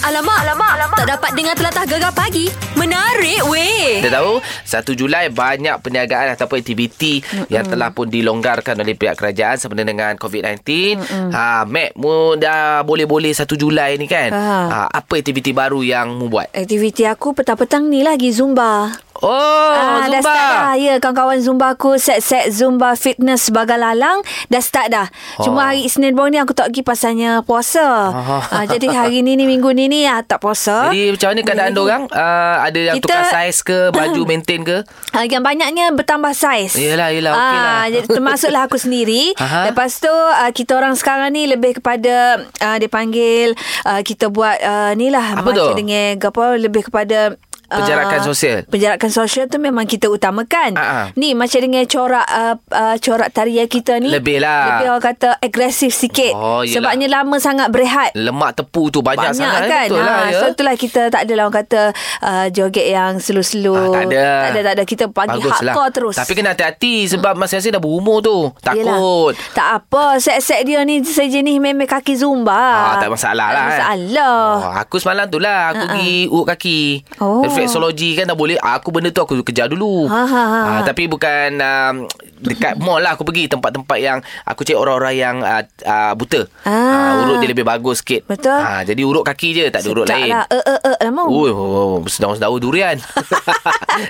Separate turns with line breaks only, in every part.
Alamak, alamak, alamak. Tak dapat dengar telatah gegar pagi. Menarik weh.
Kita tahu 1 Julai banyak perniagaan ataupun aktiviti mm-hmm. yang telah pun dilonggarkan oleh pihak kerajaan sempena dengan COVID-19. Mm-hmm. Ha Mac mu dah boleh-boleh 1 Julai ni kan.
Ha.
Ha apa aktiviti baru yang mu buat?
Aktiviti aku petang-petang ni lagi Zumba.
Oh,
Ah,
Zumba.
Dah start dah. Ya, kawan-kawan Zumba aku set-set Zumba fitness sebagai lalang. Dah start dah. Oh.
Oh.
Cuma hari Senin baru ni aku tak pergi pasalnya puasa. Oh.
Ah.
Ah, jadi hari ni ni minggu ni ni ah, tak puasa.
Jadi macam mana keadaan dorang? Uh, ada yang
Kita-
tukar saiz ke, baju maintain ke?
Ah, yang banyaknya bertambah saiz.
Yelah, yelah,
Ah,
okey lah.
jadi termasuklah aku sendiri.
Aha.
Lepas tu ah, kita orang sekarang ni lebih kepada ah, dia panggil ah, kita buat ah, ni lah
Apa tu?
macam dengan apa lebih kepada ah,
Penjarakan sosial.
Penjarakan sosial tu memang kita utamakan.
Ah, ah.
Ni macam dengan corak uh, uh, corak tarian kita ni.
Lebih lah.
Lebih orang kata agresif sikit.
Oh, yelah.
Sebabnya lama sangat berehat.
Lemak tepu tu banyak,
Banyak
sangat. eh?
kan
Betul lah, ya.
So itulah kita Tak adalah orang kata uh, Joget yang slow-slow
Ah, tak ada.
Tak ada, tak ada. Kita panggil
Baguslah.
hardcore terus Mm.
Tapi kena hati-hati sebab Mas Yasin dah berumur tu. Takut.
Yelah. Tak apa Set-set dia ni Sejenis memang kaki zumba
Ah, tak masalah lah.
Tak
kan.
masalah
Oh, aku semalam tu lah aku uh-uh. pergi urut kaki.
Oh.
Reflexology kan dah boleh. Aku benda tu aku kejar dulu.
Ha, ha, ha.
Ah, tapi bukan um, dekat mall lah aku pergi tempat-tempat yang aku cek orang-orang yang uh, uh, buta.
Ah.
Ah, urut dia lebih bagus sikit.
Betul.
Ah, jadi urut kaki je, tak ada urut
Sedap
lain.
lah Eh eh eh lama
Oh, oh, sedang-sedang durian.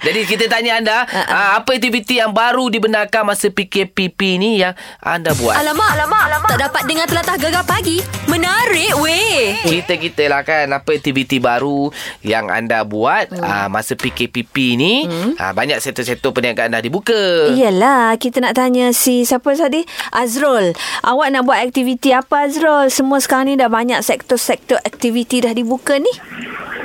Jadi kita tanya anda,
Ha,
uh apa aktiviti yang baru dibenarkan masa PKPP ni yang anda buat?
Alamak, alamak, alamak. Tak dapat dengar telatah gegar pagi. Menarik weh.
Cerita-kita lah kan apa aktiviti baru yang anda buat hmm. uh, masa PKPP ni. Hmm. Uh, banyak sektor-sektor perniagaan dah dibuka.
Iyalah, kita nak tanya si siapa tadi? Azrul. Awak nak buat aktiviti apa Azrul? Semua sekarang ni dah banyak sektor-sektor aktiviti dah dibuka ni.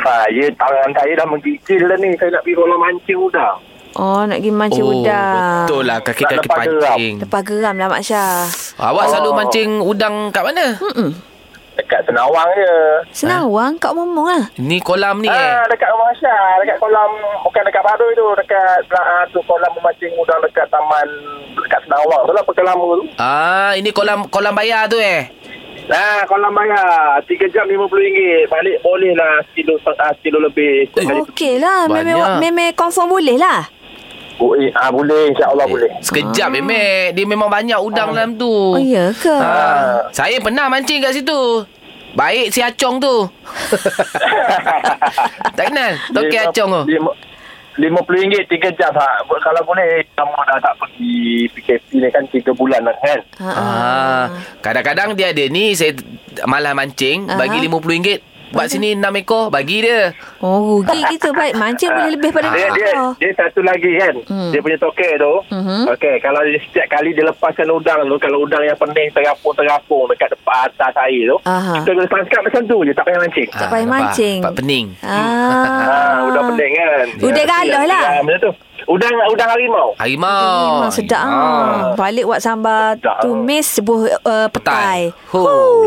Saya tangan saya dah menggigil dah ni. Saya nak pergi kolam mancing udang.
Oh, nak pergi mancing
oh,
udang.
betul Eh? lah kaki-kaki
Tak lepas
pancing.
Lepas geram lah Mak Syah.
Awak
Oh.
selalu mancing udang kat mana?
Dekat Senawang je.
Eh?
Senawang, kat Momong lah.
Ni kolam ni eh.
Ah, dekat rumah Syah. Dekat kolam, bukan dekat Baru tu. Dekat ah, tu kolam memancing udang dekat taman, dekat Senawang tu lah pekelama tu.
Ah, ini kolam kolam bayar tu eh.
Nah, kolam bayar. 3 jam RM50. Balik boleh lah kilo, ah, kilo lebih.
Eh.
Okey lah,
Banyak.
memang, memang confirm boleh lah.
Boleh, ah, boleh. InsyaAllah boleh.
Sekejap ah. Mek Dia memang banyak udang dalam tu
Oh, ya ke?
ah. Saya pernah mancing kat situ Baik si Acong tu Tak kenal Toki
Lima-
Acong tu
lima- RM50 tiga jam ha. Kalau boleh Kamu dah tak pergi PKP ni kan tiga bulan lah kan
Ha, ha.
ah. Kadang-kadang dia ada ni Saya malah mancing
Ah.
Bagi RM50 Buat sini 6 ekor Bagi dia
Oh, rugi kita baik. Mancing boleh lebih pada
dia, dia, dia satu lagi kan
Hmm.
Dia punya tokek tu
Mhm.
Okey Kalau dia setiap kali Dia lepaskan udang tu Kalau udang yang pening Terapung-terapung Dekat depan atas air tu
Aha.
Kita kena tangkap macam tu je Tak payah mancing
Tak payah
Ah, nampak?
mancing.
Pak pening
ah.
Ah,
udang pening kan
Udang
Ya,
galah
ya,
lah.
ya, Macam tu Udang udang harimau
Harimau
Memang sedap
ya.
ah. Balik buat sambal
Sedap.
tumis sebuah uh, petai.
Ho.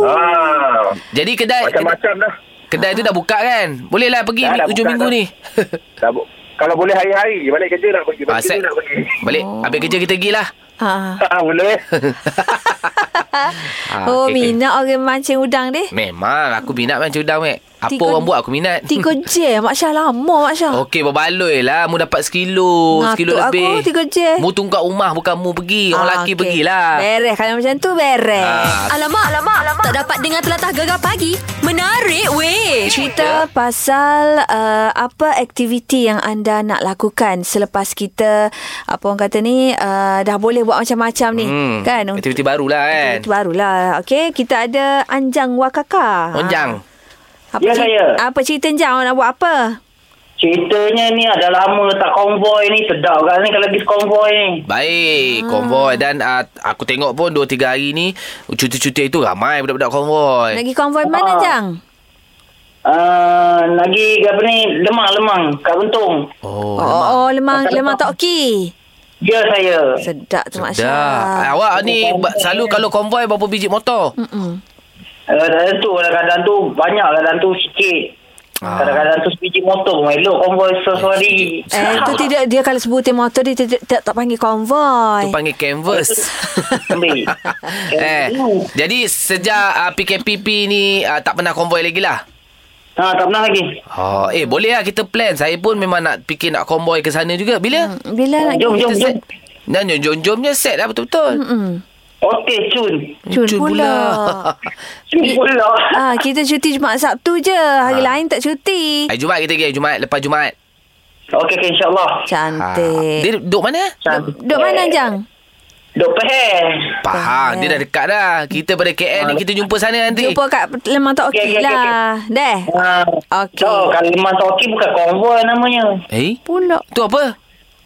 ah.
Jadi kedai kedai,
Macam-macam dah
kedai tu dah buka kan Boleh lah pergi
Dah, dah
Hujung
buka
minggu
dah.
ni
Dah bu- Kalau boleh hari-hari Balik kerja nak pergi Balik
Ah,
kerja
set.
nak pergi
Balik Habis kerja kita pergi lah
Ah.
Ah, boleh.
Ah,
Oh,
okey, Hmm. okey.
minat orang mancing udang ni.
Memang aku minat mancing udang Mek. Apa
Tiga-
orang buat aku minat.
Tiga je. Mak Syah lama, Mak Syah.
Okey berbaloi lah Mu dapat sekilo
Ngatuk
Sekilo
aku,
lebih
tiga je.
Mu tunggu kat rumah Bukan mu pergi Orang lelaki
Ah, okey.
pergilah
Beres. Kalau macam tu, beres.
Ah.
Alamak, alamak, alamak. Tak dapat dengar telatah gegar pagi. Menarik weh.
Ya.
Cerita pasal uh, apa aktiviti yang anda nak lakukan selepas kita apa orang kata ni uh, dah boleh buat macam-macam ni
Hmm,
kan
aktiviti barulah kan?
aktiviti barulah okey kita ada Anjang Wakaka
Onjang
Apa,
Ya,
cerita,
saya.
apa cerita jam nak buat apa?
Ceritanya ni ada lama tak konvoi ni sedap kan ni kalau pergi konvoi ni.
Ah.
Baik Konvoi Dan uh, aku tengok pun 2-3 hari ni Cuti-cuti itu ramai Budak-budak konvoi
Nak pergi konvoi mana
Ah.
jang?
Uh, lagi apa ni lemang-lemang kat Bentong.
Oh,
Oh,
oh, oh lemang lemang toki.
Ya saya.
Sedap tu Mak
Dah.
Syah.
Awak ni ba- selalu kalau konvoi berapa biji motor?
Mm-mm.
Uh, kadang tu kadang tu banyak kadang tu sikit.
Ah.
Kadang-kadang tu sebiji motor pun elok konvoi sehari.
Eh, tu tidak dia kalau sebutin motor dia tidak tak, tak panggil konvoi.
Tu panggil canvas.
Ambil.
ah, eh, jadi sejak uh, PKPP ni uh, tak pernah konvoi lagi lah.
Ha, tak pernah lagi.
Oh, eh boleh lah kita plan. Saya pun memang nak fikir nak konvoy ke sana juga. Bila? Hmm.
Bila nak
Jom,
Kita
jom, jom.
set. Dan jom-jomnya set lah betul-betul.
Okey, cun.
Cun Hmm. pula.
Cun pula.
Ah, kita cuti Jumaat Sabtu je.
Ah.
Hari lain tak cuti.
Hari Jumaat kita pergi hari Jumaat. Lepas Jumaat.
Okey, okay, insyaAllah. Eh,
Ha.
Cantik.
Dia duduk mana?
Duk, duk mana, Jang?
Duk Pahang.
Pahang. Dia dah dekat dah. Kita pada KL ni kita jumpa sana nanti.
Jumpa kat Lemah Tok
Okey,
Okey
okey,
lah. Deh.
Ha.
Okey.
Tahu, kalau Limah Toki bukan konvoi namanya.
Eh?
Pulak.
Tu apa?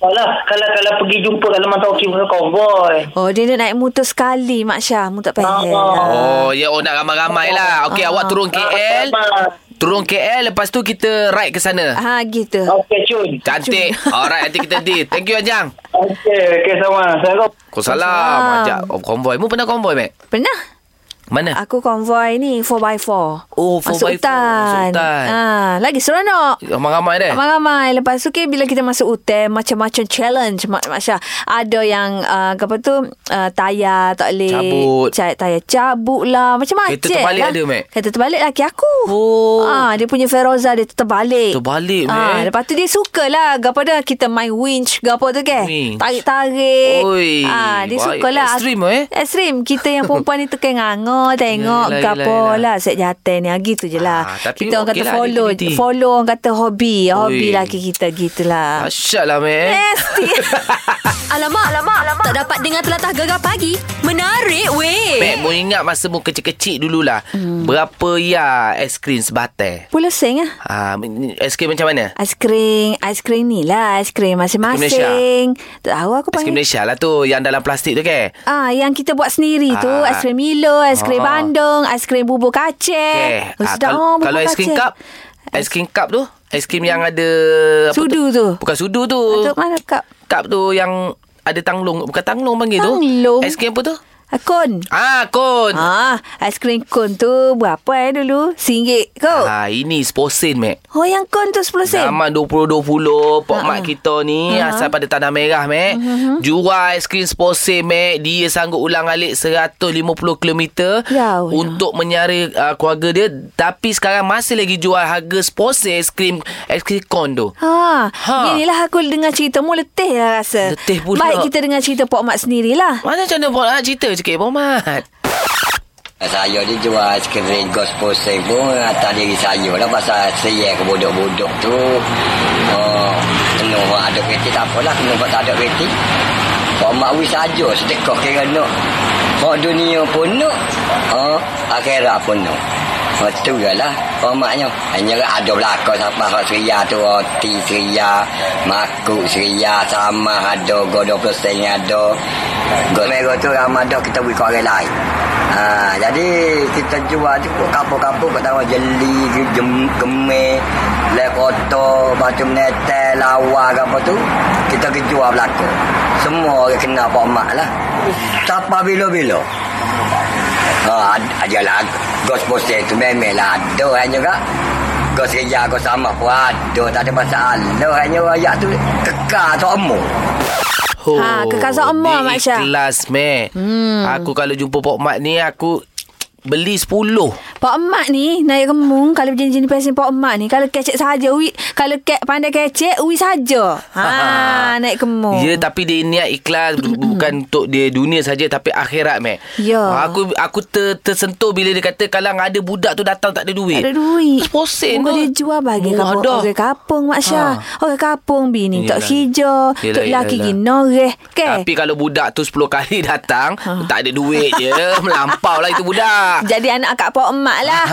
Alah, kalau kalau pergi jumpa kat Limah Toki bukan konvoi.
Oh, dia nak naik motor sekali, Mak Syah. Mu tak payah.
Ah.
Oh, ya oh nak ramai-ramai lah. Okey,
Ah.
awak turun KL.
Ah,
Turun KL. Lepas tu kita ride ke sana.
Ha, gitu.
Oh.
Okey, cun.
Cantik. Alright, nanti kita deal. Thank you, Ajang.
Okey, okey sama. Assalamualaikum.
Kusalam. Ajak oh, konvoi. Mu pernah konvoi, Mac?
Pernah?
Mana?
Aku konvoi ni 4x4.
Eh. Oh, 4x4,
Masuk hutan.
masuk hutan.
Ha, lagi seronok.
Ramai-ramai dah.
Ramai-ramai Lepas tu okay, bila kita masuk hutan Macam-macam challenge Mak, Mak Syah Ada yang uh, Apa tu uh, Tayar tak boleh
Cabut.
ca- Tayar cabut lah Macam-macam
Kereta terbalik
lah.
ada, Mak?
Kereta terbalik laki aku
Oh.
Ah, Dia punya Feroza Dia terbalik
Terbalik,
Ah,
Mak.
Lepas tu dia suka lah Gapada kita main winch Gapo tu ke
Winch.
Tarik-tarik
Oi,
ah, Dia
baik.
suka lah
Ekstrim, eh?
Ekstrim Kita yang perempuan ni Tekan nganga Tengok
Yelah, yelah,
Gapo lah
yelah.
Set jatuh ni ah, Gitu je lah
Ah, tapi
Kita orang
okey
kata
lah, ada
follow
aktiviti.
Follow orang kata hobi Hobi
Oi.
laki kita Gitulah
Asyik lah, Mac.
Nasty alamak, alamak, alamak Tak dapat dengar telatah gegar pagi Menarik
Mac,
weh
mu ingat masa mu kecil-kecil dululah. Hmm. Berapa ya es krim sebatai?
Pula seng lah
Ah, es krim macam mana?
Aiskrim Aiskrim ni lah Aiskrim masing-masing Tak tahu aku
Es krim
panggil
Malaysia lah tu yang dalam plastik tu kan? ke?
Ah, yang kita buat sendiri tu
Ah.
Aiskrim Milo Aiskrim
Oh.
Bandung Aiskrim bubur kacang
Okay.
oh,
Ah,
Sedap
kalau,
oh, bubur
kalau es krim
kacang.
cup, es krim cup tu, es krim yang ada apa
Sudu tu
Tu? Bukan sudu tu.
Untuk mana cup
Cup tu yang ada tanglung, bukan tanglung panggil tu.
Tanglung?
Es krim apa tu?
Akun
Ah, kon. Ah,
Ah, aiskrim kun tu berapa eh dulu? RM1 kot.
ah ini sposin, Mac.
Oh, yang kun tu 10 sen.
Zaman 2020 Pak mak kita ni
Ha-ha. Mm-hmm.
Asal pada Tanah Merah Mac Jual aiskrim Sportse Mac Dia sanggup ulang alik 150km
Ya Allah.
Untuk menyara uh, keluarga dia Tapi sekarang masih lagi jual harga Sportse aiskrim Aiskrim kon tu
Ha,
Ha.
ha. Inilah aku dengar cerita mu letih lah rasa.
Letih pula.
Baik kita dengar cerita Pok Mak sendirilah.
Mana macam mana Pak nak cerita sikit Pak Mat
Saya ni jual skrin gospel sing pun atas diri saya lah pasal saya ke bodoh-bodoh tu oh, kena orang ada kereta tak apalah kena orang tak ada kereta Kau mak wis saja sedekah kira nak Kau dunia pun nak oh, akhirat pun nak Oh, tu je lah Kau maknya Hanya ada belakang Sampai hak seria tu Roti seria Makuk seria Sama ada Godoh pesing ada Godoh merah tu Ramai dah kita beri kat orang lain Ha, jadi kita jual tu pun kapur-kapur kat tangan jeli, jem, gemih, lek kotor, batu menetel, lawa ke apa tu. Kita kejual belakang. Semua orang kena pak mak lah. Siapa bila-bila. Ha, ad- ada lah. Gos poster tu memang lah ada hanya kak. Gos kerja, gos sama pun ada. Tak ada masalah. Hanya rakyat tu kekal semua.
Oh,
Ha, kekal Zak Omar,
dia
Mak Syah.
Ikhlas Mac hmm. Aku kalau jumpa Pak Mat ni Aku Beli 10
Pak Mak ni naik kemung kalau jenis-jenis pesen Pak Mak ni kalau kecek saja ui kalau kek pandai kecek ui saja. Ha naik kemung.
Ya tapi dia niat ikhlas bu- bukan untuk dia dunia saja tapi akhirat meh.
Ya.
Aku aku ter, tersentuh bila dia kata kalau ada budak tu datang tak ada duit.
Tak ada duit
Posen
Muka dia jual bagi kampung
Murah dah.
Orang kampung Mak Syah ha. Orang kampung bini
Yelah.
Tak hijau
Yelah,
Tak laki
yelah.
gini noreh Ke
Tapi kalau budak tu 10 kali datang
Ha.
Tak ada duit je Melampau lah itu budak
Jadi anak kat Pak Mak lah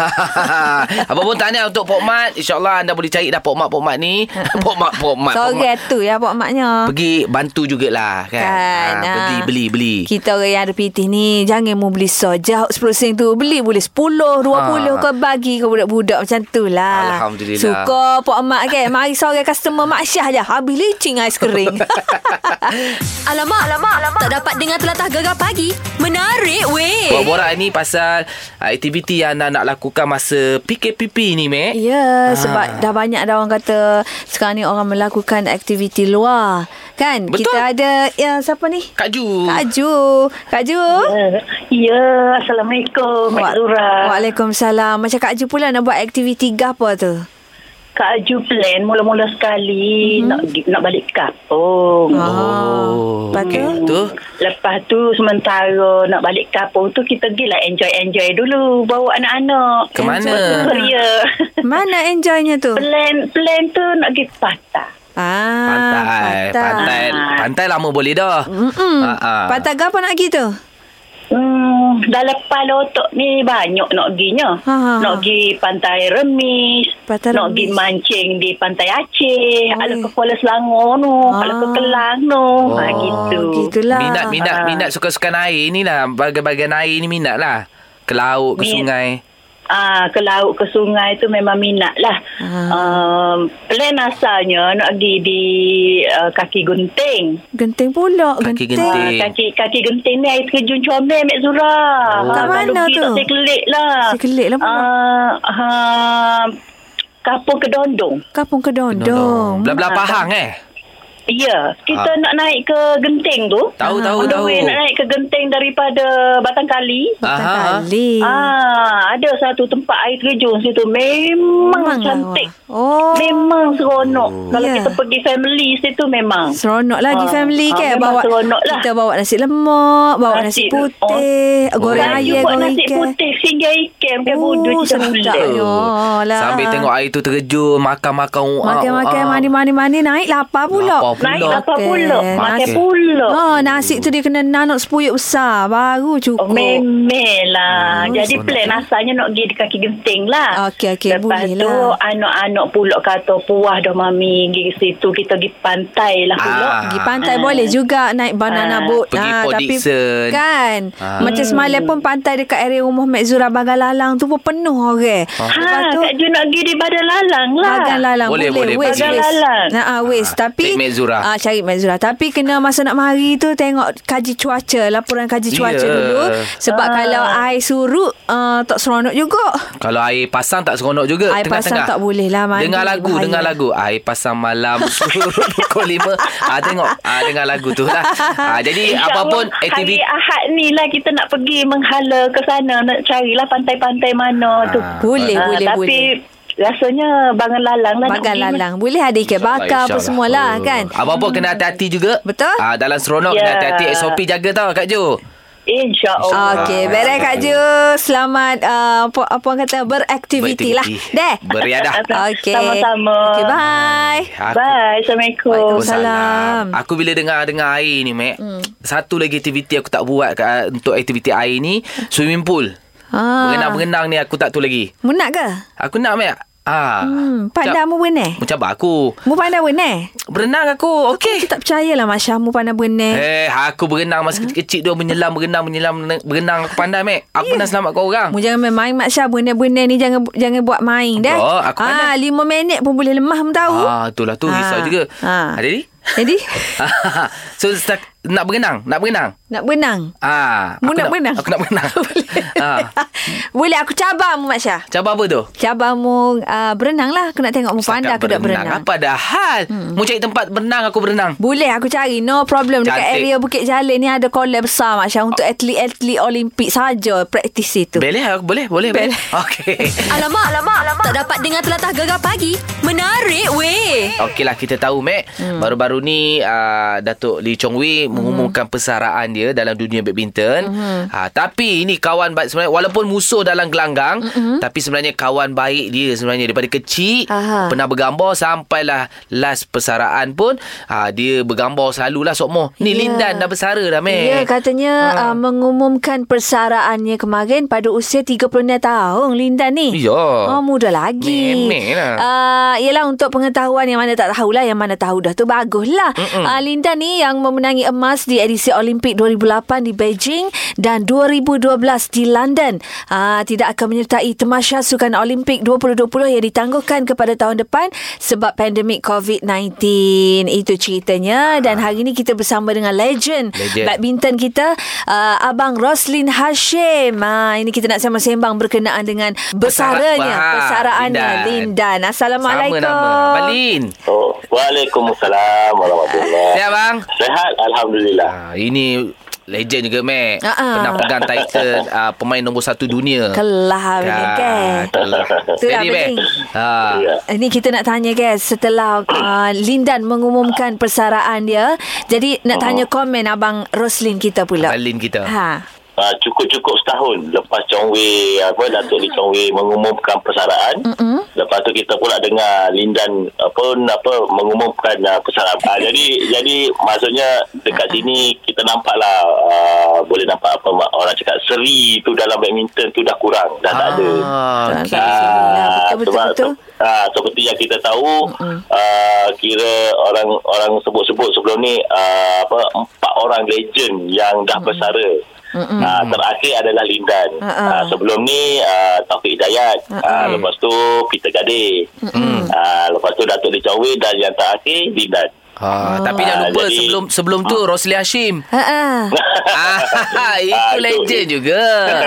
Apa pun tahniah untuk Pok Mat InsyaAllah anda boleh cari dah Pok Mat Pok Mat ni
Ha.
Pok Mat Pok Mat Pok Mat
Sorry tu ya Pak Maknya
Pergi bantu jugalah kan,
Kan,
ha,
ah.
Beli beli beli
Kita orang yang ada PT ni Jangan mu beli saja 10 sen tu Beli boleh 10 20
Ha.
Kau bagi ke budak-budak Macam tu lah
Alhamdulillah.
Suka Pak Mak kan Mari seorang customer Mak Syah je Habis licin ais kering
Alamak, alamak, alamak. Tak dapat dengar telatah gegar pagi. Menarik weh.
Borak-borak ni pasal uh, aktiviti yang anak-anak lakukan masa PKPP ni, Mek?
Ya,
Ah.
sebab dah banyak dah orang kata sekarang ni orang melakukan aktiviti luar. Kan?
Betul.
Kita ada ya siapa ni?
Kak Ju.
Kak Ju. Kak Ju.
Ya, Assalamualaikum, Mak
Wa-
Zura.
Waalaikumsalam. Macam Kak Ju pula nak buat aktiviti gapa tu?
Kak Aju plan mula-mula
Mhm.
sekali nak nak balik kampung.
Ah. Oh,
Lepas
okey.
tu?
Tu.
Lepas tu sementara nak balik kampung tu kita pergilah enjoy-enjoy dulu bawa anak-anak.
Ke mana?
Ya.
Mana enjoynya tu?
plan plan tu nak pergi patah.
Ah,
Pantai. Pantai. Pantai lama boleh dah.
Mm-mm.
Ah, ah.
Pantai gapa nak pergi tu?
Hmm, dalam kepala otak ni banyak nak perginya.
Ha, ha, ha.
Nak pergi pantai remis.
Pantai Remis.
nak pergi mancing di pantai
Oi.
Aceh. Ada ke Kuala Selangor nu.
Ah.
Ada ke Kelang nu. Ha,
Oh,
gitu.
Gitulah.
Minat, minat,
Ah.
minat suka-suka air ni lah. Bagian-bagian air ni minat lah. Ke laut, ke
Minat.
sungai.
Ah, ke laut ke sungai tu memang minat lah.
Ah.
Um, plan asalnya nak pergi di uh, kaki gunting.
Genting pula.
Kaki
Ah,
Genting.
kaki kaki genting ni air terjun comel Mek Zura.
Oh. Kat
kalau
mana tu?
pergi Tak sekelik lah.
Sekelik lah pula.
Ah, ha, kapur kedondong.
Kampung Kedondong.
Belah-belah
Ah,
Pahang eh?
Ya, kita
Ah.
nak naik ke genting tu.
Tahu, tahu,
On the
tahu.
way nak naik ke genting daripada Batang Kali.
Betul
Aha.
kali.
Ah, ada satu tempat air terjun situ memang
Memang
cantik.
lawa. Oh.
Memang seronok. Oh. Kalau
Ya.
kita pergi family situ memang.
Seronok lah di
Ah,
family
ah,
kan
memang
bawa
seronok lah.
kita bawa nasi lemak, bawa nasi,
Nasi-
putih, goreng
Kak Ju
ayam,
buat
goreng
nasi
ikan. Oh,
putih singgah ikan pakai budu kita
sedapnya
boleh.
lah.
Sambil tengok air tu terjun, makan-makan. uh,
Makan-makan
uh.
mani-mani-mani naik lapar pula.
Lapar pula.
Naik
Pulak.
apa pula?
Makan.
Makan
Nasi-
pula.
Oh, nasi tu dia kena nanuk sepuyuk besar baru
Oh,
cukup.
memel lah.
Hmm,
Jadi
seronok.
plan asalnya nak pergi di kaki genting
Ah,
lah.
Okey, okey,
Lepas
boleh
tu
lah.
anak-anak pula kata puas dah mami pergi ke situ. Kita pergi pantai lah pula.
Ah.
Pergi pantai
Ah.
boleh juga naik banana
Ah.
boat.
Pergi
Ah,
Port
tapi
Dickson.
kan
Ah.
macam semalam pun pantai dekat area rumah Mek Zura Bagan Lalang tu pun penuh orang.
Ah.
Lepas
Ha,
tu
Kak Ju nak pergi di badan lalang lah.
Bagan Lalang
Boleh,
boleh,
boleh,
Waste,
boleh.
waste.
Bagan Lalang.
Nah, ah, waste.
Ah,
Tapi
cari Mek Zura.
Ah, cari Mek Zura. Tapi kena masa nak mari tu tengok kaji cuaca, laporan kaji cuaca
Ya.
dulu sebab
Ah.
kalau air surut ah, tak seronok juga.
Kalau air pasang tak seronok juga
Air pasang
tengah-tengah.
tak boleh lah, mandi
Dengar lagu
bahaya.
Dengar lagu Air pasang malam Suruh pukul 5 ah, Tengok ah, Dengar lagu tu lah ah, Jadi
Insya
apa pun
Allah,
Aktiviti
Hari Ahad ni lah kita nak pergi menghala ke sana. Nak carilah pantai-pantai mana tu.
Boleh,
Ah,
boleh,
tapi rasanya Bangan Lalang lah. nak
Bagan
pergi.
lalang. Boleh ada ikan
InsyaAllah,
bakar apa
insyaAllah.
semualah
Oh.
kan.
Apa-apa kena hati-hati juga
Betul?
ah, Dalam seronok
Ya.
kena hati-hati SOP jaga tau Kak Jo
Insya Allah.
Okey,
Ah,
beres Kak Ju. Selamat uh, apa, apa orang kata beraktiviti lah.
Beraktiviti.
Deh.
Beriadah.
Okey.
Sama-sama.
Okey, bye.
Aku-
Bye. Assalamualaikum.
Waalaikumsalam. Salam.
Aku bila dengar-dengar air ni, Mac. Hmm. Satu lagi aktiviti aku tak buat uh, untuk aktiviti air ni, swimming pool.
Ah.
Berenang-berenang ni aku tak tu lagi.
Mu nak Ah. ke?
Aku nak, Mac. Ah.
Hmm, pandai mu berenang.
Macam aku.
Mu pandai berenang?
Berenang aku,
Aku
okey.
tak percayalah Masya mu pandai berenang.
Eh, aku berenang masa kecil-kecil tu menyelam, berenang, menyelam, berenang aku pandai, Mac.
Ya.
Aku yeah. pernah selamat kau orang.
Mu jangan main-main Masya berenang-berenang ni jangan jangan buat main dah.
Tak, aku
ah,
pandai.
lima minit pun boleh lemah mu tahu.
Ah, itulah tu
Ah.
risau juga.
Ah.
Ha. Jadi?
Jadi
so start, nak berenang, nak berenang.
nak berenang.
Ah,
Mu
aku
nak berenang?
Aku nak berenang.
Boleh.
ah.
Boleh aku cabar mu Masya.
Cabar apa tu?
Cabar mu uh, berenang lah. Aku nak tengok mu pandai
Setakat
aku tak berenang.
Apa dah hal? Hmm. Mu cari tempat berenang aku berenang.
Boleh aku cari. No problem. Dekat
Cantik.
area Bukit Jalil ni ada kolam besar Mak Syah. Untuk atlet-atlet Olimpik saja praktis itu.
Boleh aku boleh boleh.
Boleh.
Okey.
Alamak, alamak, alamak. Tak dapat dengar telatah gegar pagi. Menarik weh.
Okeylah kita tahu Mac hmm. Baru-baru ni uh, Datuk Lee Chong Wei
Hmm.
Mengumumkan persaraan dia Dalam dunia badminton hmm. uh, Tapi ini kawan baik sebenarnya Walaupun musuh dalam gelanggang hmm. Tapi sebenarnya kawan baik dia sebenarnya Daripada kecil
Aha.
Pernah bergambar Sampailah last persaraan pun uh, Dia bergambar selalulah Sokmo Ni
Ya.
Lindan dah bersara dah Mac
Ya, katanya ha. uh, mengumumkan persaraannya kemarin pada usia 36 tahun Linda ni.
Ya.
Oh, muda lagi.
Nenek lah.
Uh, yelah, untuk pengetahuan yang mana tak tahulah, yang mana tahu dah tu baguslah. Uh, Linda Ah, ni yang memenangi emas emas di edisi Olimpik 2008 di Beijing dan 2012 di London. Ah, tidak akan menyertai Temasya Sukan Olimpik 2020 yang ditangguhkan kepada tahun depan sebab pandemik COVID-19. Itu ceritanya dan hari ini kita bersama dengan legend,
Legend.
badminton kita uh, Abang Roslin Hashim. Ah, ini kita nak sembang-sembang berkenaan dengan besaranya,
Bersara- Ah,
persaraannya Lindan. Assalamualaikum.
nama. Balin.
Oh, Waalaikumsalam warahmatullahi
Siap bang?
Sehat Alhamdulillah
Ah, ini legend juga, Mac.
Ah, ah.
Pernah pegang title ah, pemain nombor satu dunia.
Kelah
Ya,
ni kan.
Kelah.
Itulah
lah. Jadi, Mac.
penting.
Ah.
Ya.
Ini Eh, kita nak tanya guys setelah uh, Lindan mengumumkan persaraan dia. Jadi nak tanya
Oh.
komen abang Roslin kita pula.
Balin kita.
Ha.
Ah, cukup-cukup setahun lepas Chong Wei apa Datuk Lee Chong Wei mengumumkan persaraan. Mm-hmm. Lepas tu kita pula dengar Lindan apa apa mengumumkan uh, persaraan. Ah, jadi jadi maksudnya dekat sini kita nampaklah uh, boleh nampak apa mak- orang cakap seri tu dalam badminton tu dah kurang, dah tak ada.
Ah, okey.
Tak ada seri lah. Betul, betul,
sebab-
betul.
ah, seperti yang kita tahu uh, kira orang orang sebut-sebut sebelum ni uh, apa empat orang legend yang dah bersara. Ah, terakhir adalah Lindan.
Mm-mm.
Ah, sebelum ni ah, Taufik Hidayat. Ah, lepas tu Peter Gade. Ah, lepas tu Datuk Lee Chong Wei dan yang terakhir Lindan.
Oh.
Ah, tapi jangan
Ah,
lupa
jadi-
sebelum sebelum tu Rosli Hashim.
Ha. ah.
ah, itu
Ah, itu-
legend juga.
Ha.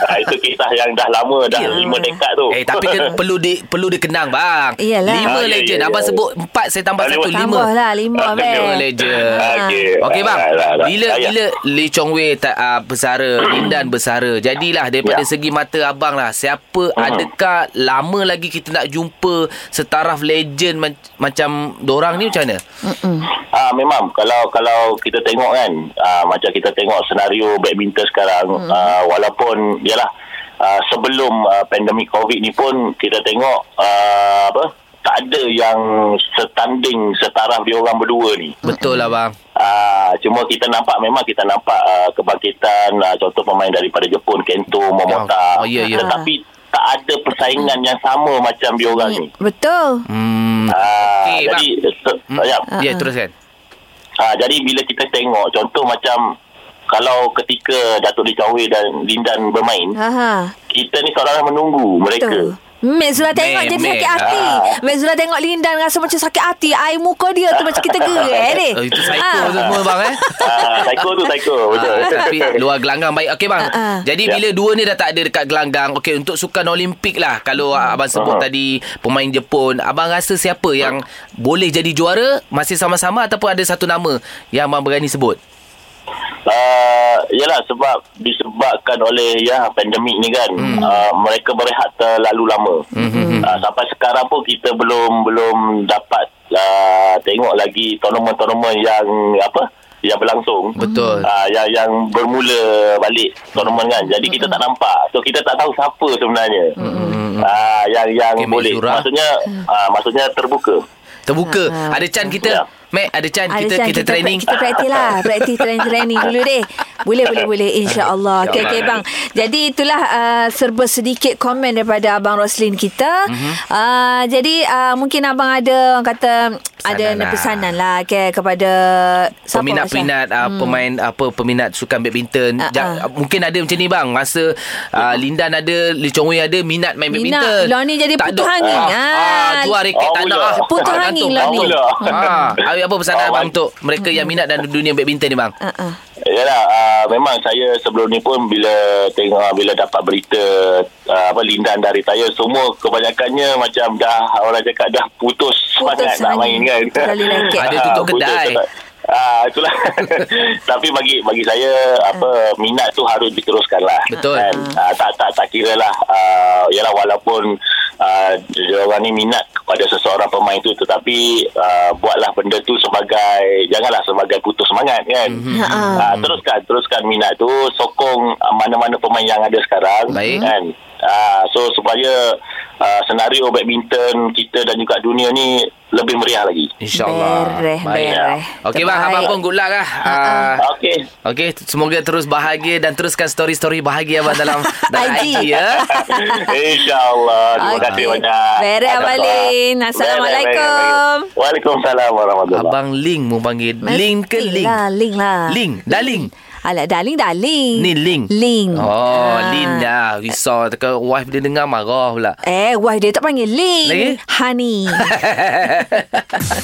ah, itu kisah yang dah lama
Ya.
dah lima dekad tu.
Eh tapi ke, perlu di perlu dikenang bang.
Iyalah. lah.
Lima
Ah, ya,
legend.
ya, ya.
Abang sebut empat saya tambah
Ah,
satu
lima.
lima.
Tambahlah lima
Ah,
bang.
Lima legend.
Okey.
Okey bang.
Ah, lah, lah.
Bila
Ah, ya.
bila Lee Chong Wei tak uh, bersara, Lindan bersara. Jadilah daripada
Ya. Hmm.
segi mata abang lah. Siapa adakah lama lagi kita nak jumpa setaraf legend man, macam dorang ni macam mana?
Ah memang kalau kalau kita tengok kan ah, macam kita tengok senario badminton sekarang hmm. ah, walaupun yalah ah, sebelum ah, pandemik covid ni pun kita tengok ah, apa tak ada yang setanding setaraf dia orang berdua ni.
Betul lah bang.
Ah cuma kita nampak memang kita nampak ah, kebangkitan ah, contoh pemain daripada Jepun Kento Momota
Oh, ya, ya.
tetapi tak ada persaingan yang sama macam
Ya.
dia orang ni.
Betul.
Hmm.
Ah
Okey,
jadi se- ya
Ya teruskan.
Ha, jadi bila kita tengok contoh macam kalau ketika Datuk Lee Chong Wei dan Lindan bermain,
Ha ha.
kita ni seolah-olah menunggu mereka.
Betul. Mek Zula tengok
Mek,
jadi
Mek.
sakit hati.
Ah.
Mek Zula tengok Lindan rasa macam sakit hati. Air muka dia tu macam kita gerai ni.
Oh, itu psycho
Ah.
semua bang eh.
Ah, psycho tu psycho betul.
Ah, tapi luar gelanggang baik Okey bang
Ah, ah.
Jadi
Ya.
bila dua ni dah tak ada dekat gelanggang Okey untuk sukan olimpik lah Kalau
Hmm.
abang sebut
Aha. Ah.
tadi Pemain Jepun Abang rasa siapa yang Boleh jadi juara Masih sama-sama Ataupun ada satu nama Yang abang berani sebut
Uh, yalah sebab disebabkan oleh ya pandemik ni kan hmm. uh, mereka berehat terlalu lama. Hmm. Uh, sampai sekarang pun kita belum belum dapat uh, tengok lagi tournament-tournament yang apa yang berlangsung.
Betul.
Uh, yang yang bermula balik tournament kan. Jadi kita tak nampak. So kita tak tahu siapa sebenarnya. Hmm. Uh, yang yang
Okay, Mek
boleh.
Zura.
Maksudnya uh, maksudnya terbuka.
Terbuka Ada can
Ya.
kita Mac ada can
Ah, Ada
Kan kita,
chance
kita training
Kita praktis lah Praktis training-training dulu deh Boleh boleh boleh InsyaAllah
Insya
Okay okay
Ya, Allah.
bang Jadi itulah uh, Serba sedikit komen Daripada Abang Roslin kita
Mhm.
uh, Jadi uh, Mungkin abang ada Orang kata Ada
lah.
pesanan lah okay, Kepada siapa,
peminat-peminat uh, pemain apa peminat sukan badminton
Hmm. Ah,
ja,
ah.
mungkin ada macam ni bang rasa uh,
Ya.
Lindan ada Lee Chong Wei ada minat main
Minat.
badminton
Lah ni jadi
Tak
putus
ada-
angin.
ah, ah,
Ah.
jual reket
Oh,
tak nak
pula.
ah.
Putus
Ah,
angin
gantung.
lah ni.
Oh, pula.
ah, apa pesanan
Ah,
abang
baik.
untuk mereka yang minat dalam dunia badminton ni bang
Masya- uh-uh.
Yalah, uh, memang saya sebelum ni pun bila tengok ah, bila dapat berita uh, apa Lindan dari saya semua kebanyakannya macam dah orang cakap dah putus, semangat nak
semangat.
main kan.
Terlalu lengket.
Ada tutup
Ah, putus
kedai.
semangat. Ah itulah. Tapi bagi bagi saya apa minat tu harus diteruskan lah.
Betul.
Kan? Ah, tak tak tak kira lah. Ah, yalah walaupun ah, dia orang ni minat kepada seseorang pemain tu tetapi ah, buatlah benda tu sebagai janganlah sebagai putus semangat kan. Ah, teruskan teruskan minat tu sokong ah, mana-mana pemain yang ada sekarang
Baik.
kan.
Ah, so supaya ah, senario badminton kita dan juga dunia ni lebih meriah lagi.
InsyaAllah
Bereh, bereh.
Okey bang
Terbaik.
Abang pun good luck lah Ah,
Okey.
Okey Semoga terus bahagia Dan teruskan story-story bahagia Abang dalam Dalam
IG.
IG ya
InsyaAllah. Terima kasih
Okey.
banyak.
Beres,
Atas
Abang
doa.
Lin.
Beres,
Assalamualaikum.
beres, beres. Waalaikumsalam warahmatullahi
Abang Ling mu panggil Ling ke Ling?
Lah, Ling lah.
Ling Dah Ling
Alah, darling, darling.
Ni Ling
Ling.
Oh
Ah.
Lin dah Risau Tekan wife dia dengar marah pula
Eh, wife dia tak panggil Ling.
Lagi?
Honey.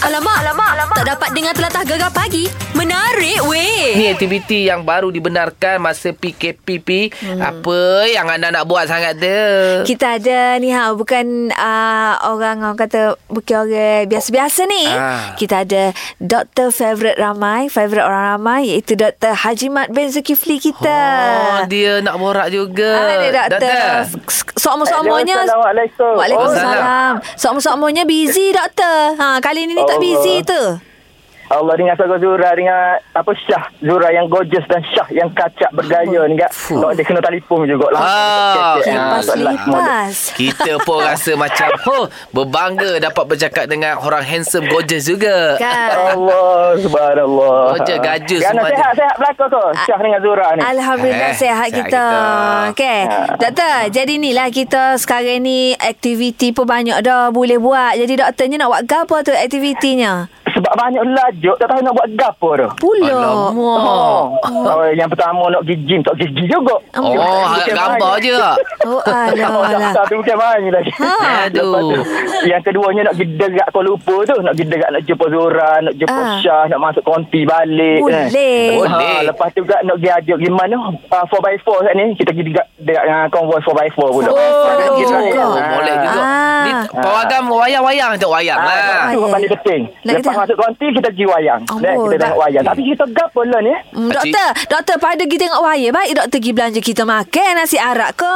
Alamak, alamak, alamak. Tak dapat dengar telatah gegar pagi. Menarik weh.
Ni aktiviti yang baru dibenarkan masa PKPP. Apa yang anda nak buat sangat tu?
Kita ada ni ha bukan uh, orang orang kata bukan orang biasa-biasa ni.
Ah.
Kita ada Dr. Favorite Ramai, favorite orang ramai iaitu Dr. Haji Mat bin Zulkifli kita.
Oh, dia nak borak juga.
Ah, dia doktor. Sama-samanya.
Hello, Assalamualaikum.
Waalaikumsalam. Sama-samanya busy doktor. Ha, kali ni ni tak
Allah.
busy tu.
Allah ringan sahaja Zura Ringan apa Syah Zura yang gorgeous Dan Syah yang kacak bergaya ni kak
Fuh.
Kalau dia kena telefon juga lah
Ah,
Lepas
tak
lepas.
Kita pun rasa macam oh, berbangga dapat bercakap dengan orang handsome gorgeous juga.
Kan.
Oh,
Allah Subhanallah
Gorgeous,
Ya,
gajus
Kerana
semua ada.
sehat-sehat belakang tu Syah dengan Zura ni
Alhamdulillah
Eh,
eh, sehat,
sihat
kita.
kita.
Okey. Doktor, jadi ni lah kita sekarang ni aktiviti pun banyak dah boleh buat. Jadi doktornya nak buat apa tu aktivitinya?
Sebab banyak lajuk Tak tahu nak buat gapo tu
Pula.
Alamak.
Oh, yang pertama nak pergi gym tak pergi gym juga.
Oh, harap gambar je.
Oh, alah, alah.
Tapi bukan main lagi.
Ha.
Lepas tu,
Aduh.
Yang keduanya nak pergi derak Kuala Lumpur tu. Nak pergi derak nak jumpa Zora, nak jumpa
Ah.
Syah, nak masuk konti balik. eh.
Boleh.
Boleh.
Ha, lepas tu juga nak pergi ajak gimana uh, 4x4 saat ni. Kita pergi ah, derak, derak dengan konvoi 4x4 pula.
Oh,
Boleh juga.
Ah.
Boleh juga.
Ah.
Ni pawagam wayang-wayang tak wayang
Ah,
lah.
tengok
Wayang.
pandai keting.
Nak
Lepas
kita-
masuk konti kita pergi wayang.
Oh,
Eh, kita tengok
dah-
wayang. Tapi kita gapo lah ni. eh.
Hmm,
Pakcik.
doktor, doktor pada pergi tengok wayar baik doktor pergi belanja kita makan nasi arak ke.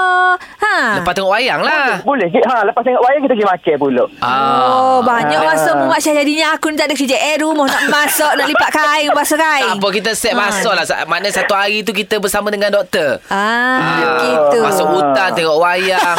Ha.
Lepas tengok wayang lah.
Boleh. ke? Ha, lepas tengok wayang kita pergi makan pula.
Oh, banyak
Ah.
masa Muhammad Syah jadinya aku ni tak ada kerja eh rumah nak masak, nak lipat kain, basuh kain.
Tak apa kita set
Ah.
masuk lah Sa- Maknanya satu hari tu Kita bersama dengan doktor
Ah,
Ah,
gitu.
Masuk hutan Tengok wayang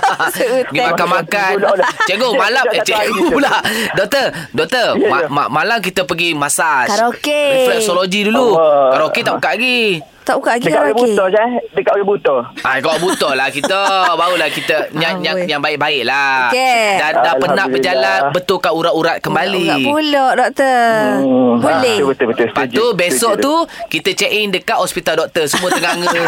Pergi
hutan.
makan-makan
Budak-budak.
Cikgu malam Eh
Budak-budak
cikgu
tak tahu.
pula Doktor Doktor
Ya,
ma-
ya.
ma- Malam kita pergi masaj
Karaoke.
Refleksologi dulu
Allah.
Karaoke tak buka lagi
Tak buka lagi
Dekat
orang
Oi Buta je eh. Dekat Oi Buta.
Ah, kau butuh lah kita Barulah kita Yang yang,
Amboi.
yang baik-baik lah
Okey.
Dan dah penat
Alhamdulillah.
berjalan Betulkan urat-urat kembali
Urat pula doktor.
Hmm,
Boleh.
Ha, betul, betul, betul.
Lepas tu
Setuju,
besok tu
setuju.
Kita check in dekat hospital doktor Semua ternganga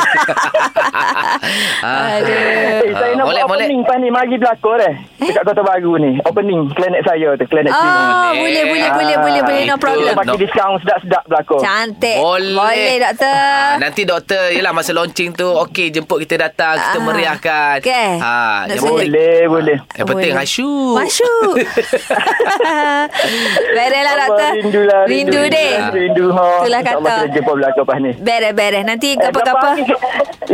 ah.
Eh, saya nak
Molek
buat
molek
opening pas ni Mari belakang eh Dekat Kota Baru ni Opening klinik saya tu Klinik
Ah,
sini
boleh, boleh, boleh,
Ah,
boleh, boleh, no
itu.
problem.
Lepas tu
No.
diskaun sedap-sedap belakang
Cantik.
Boleh
Boleh doktor.
Ah, Nanti doktor Yelah masa launching tu Okey jemput kita datang Kita
Ah.
meriahkan
Okey.
ah,
Nak
Yang
suruh-
penting
Boleh boleh
Yang penting
Boleh.
Asyuk
Masuk. Beres lah doktor.
Allah, Rindulah
Rindu deh.
Rindu ha
Itulah kata.
InsyaAllah kita jumpa belakang pas ni
Beres, beres. Nanti
Eh, berapa
gapa-gapa.
hari saya-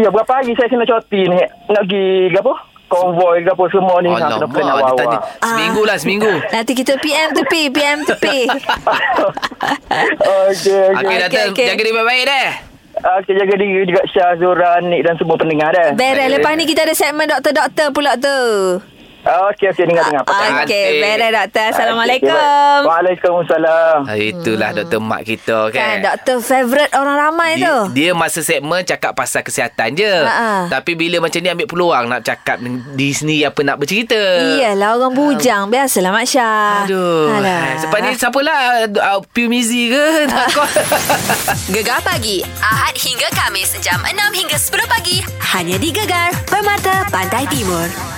Ya berapa hari saya kena cuti ni Nak pergi ke apa Konvoi ke apa semua ni Ha,
Alamak
Kena plan
dia tanya
awal-awal
Seminggu lah seminggu
Nanti kita PM tepi, PM tepi.
Okey
Okey
okey.
doktor
okey.
Jaga diri baik-baik Ah, deh
Okey jaga diri juga Syah Zura Nik dan semua pendengar eh. dah
Beres. Lepas ni kita ada segmen doktor-doktor pula tu.
Okey okey dengar-dengar
Okey,
Ah, Cantik.
beres doktor.
Okey,
Assalamualaikum.
baik. Waalaikumsalam
Ah, Itulah doktor mak kita
Hmm. Kan,
kan
doktor favorite orang ramai
dia,
tu.
dia masa segmen cakap pasal kesihatan je.
Ha, ha.
Tapi bila macam ni ambil peluang nak cakap di sini apa nak bercerita.
Iyalah orang bujang Biasalah Mak Syah
Aduh. Alah. Sebab ni siapalah uh, Piu Mizi ke? Tak kau.
Gegar pagi. Ahad hingga Kamis. Jam 6 hingga 10 pagi. Hanya di Gegar. Permata Pantai Timur.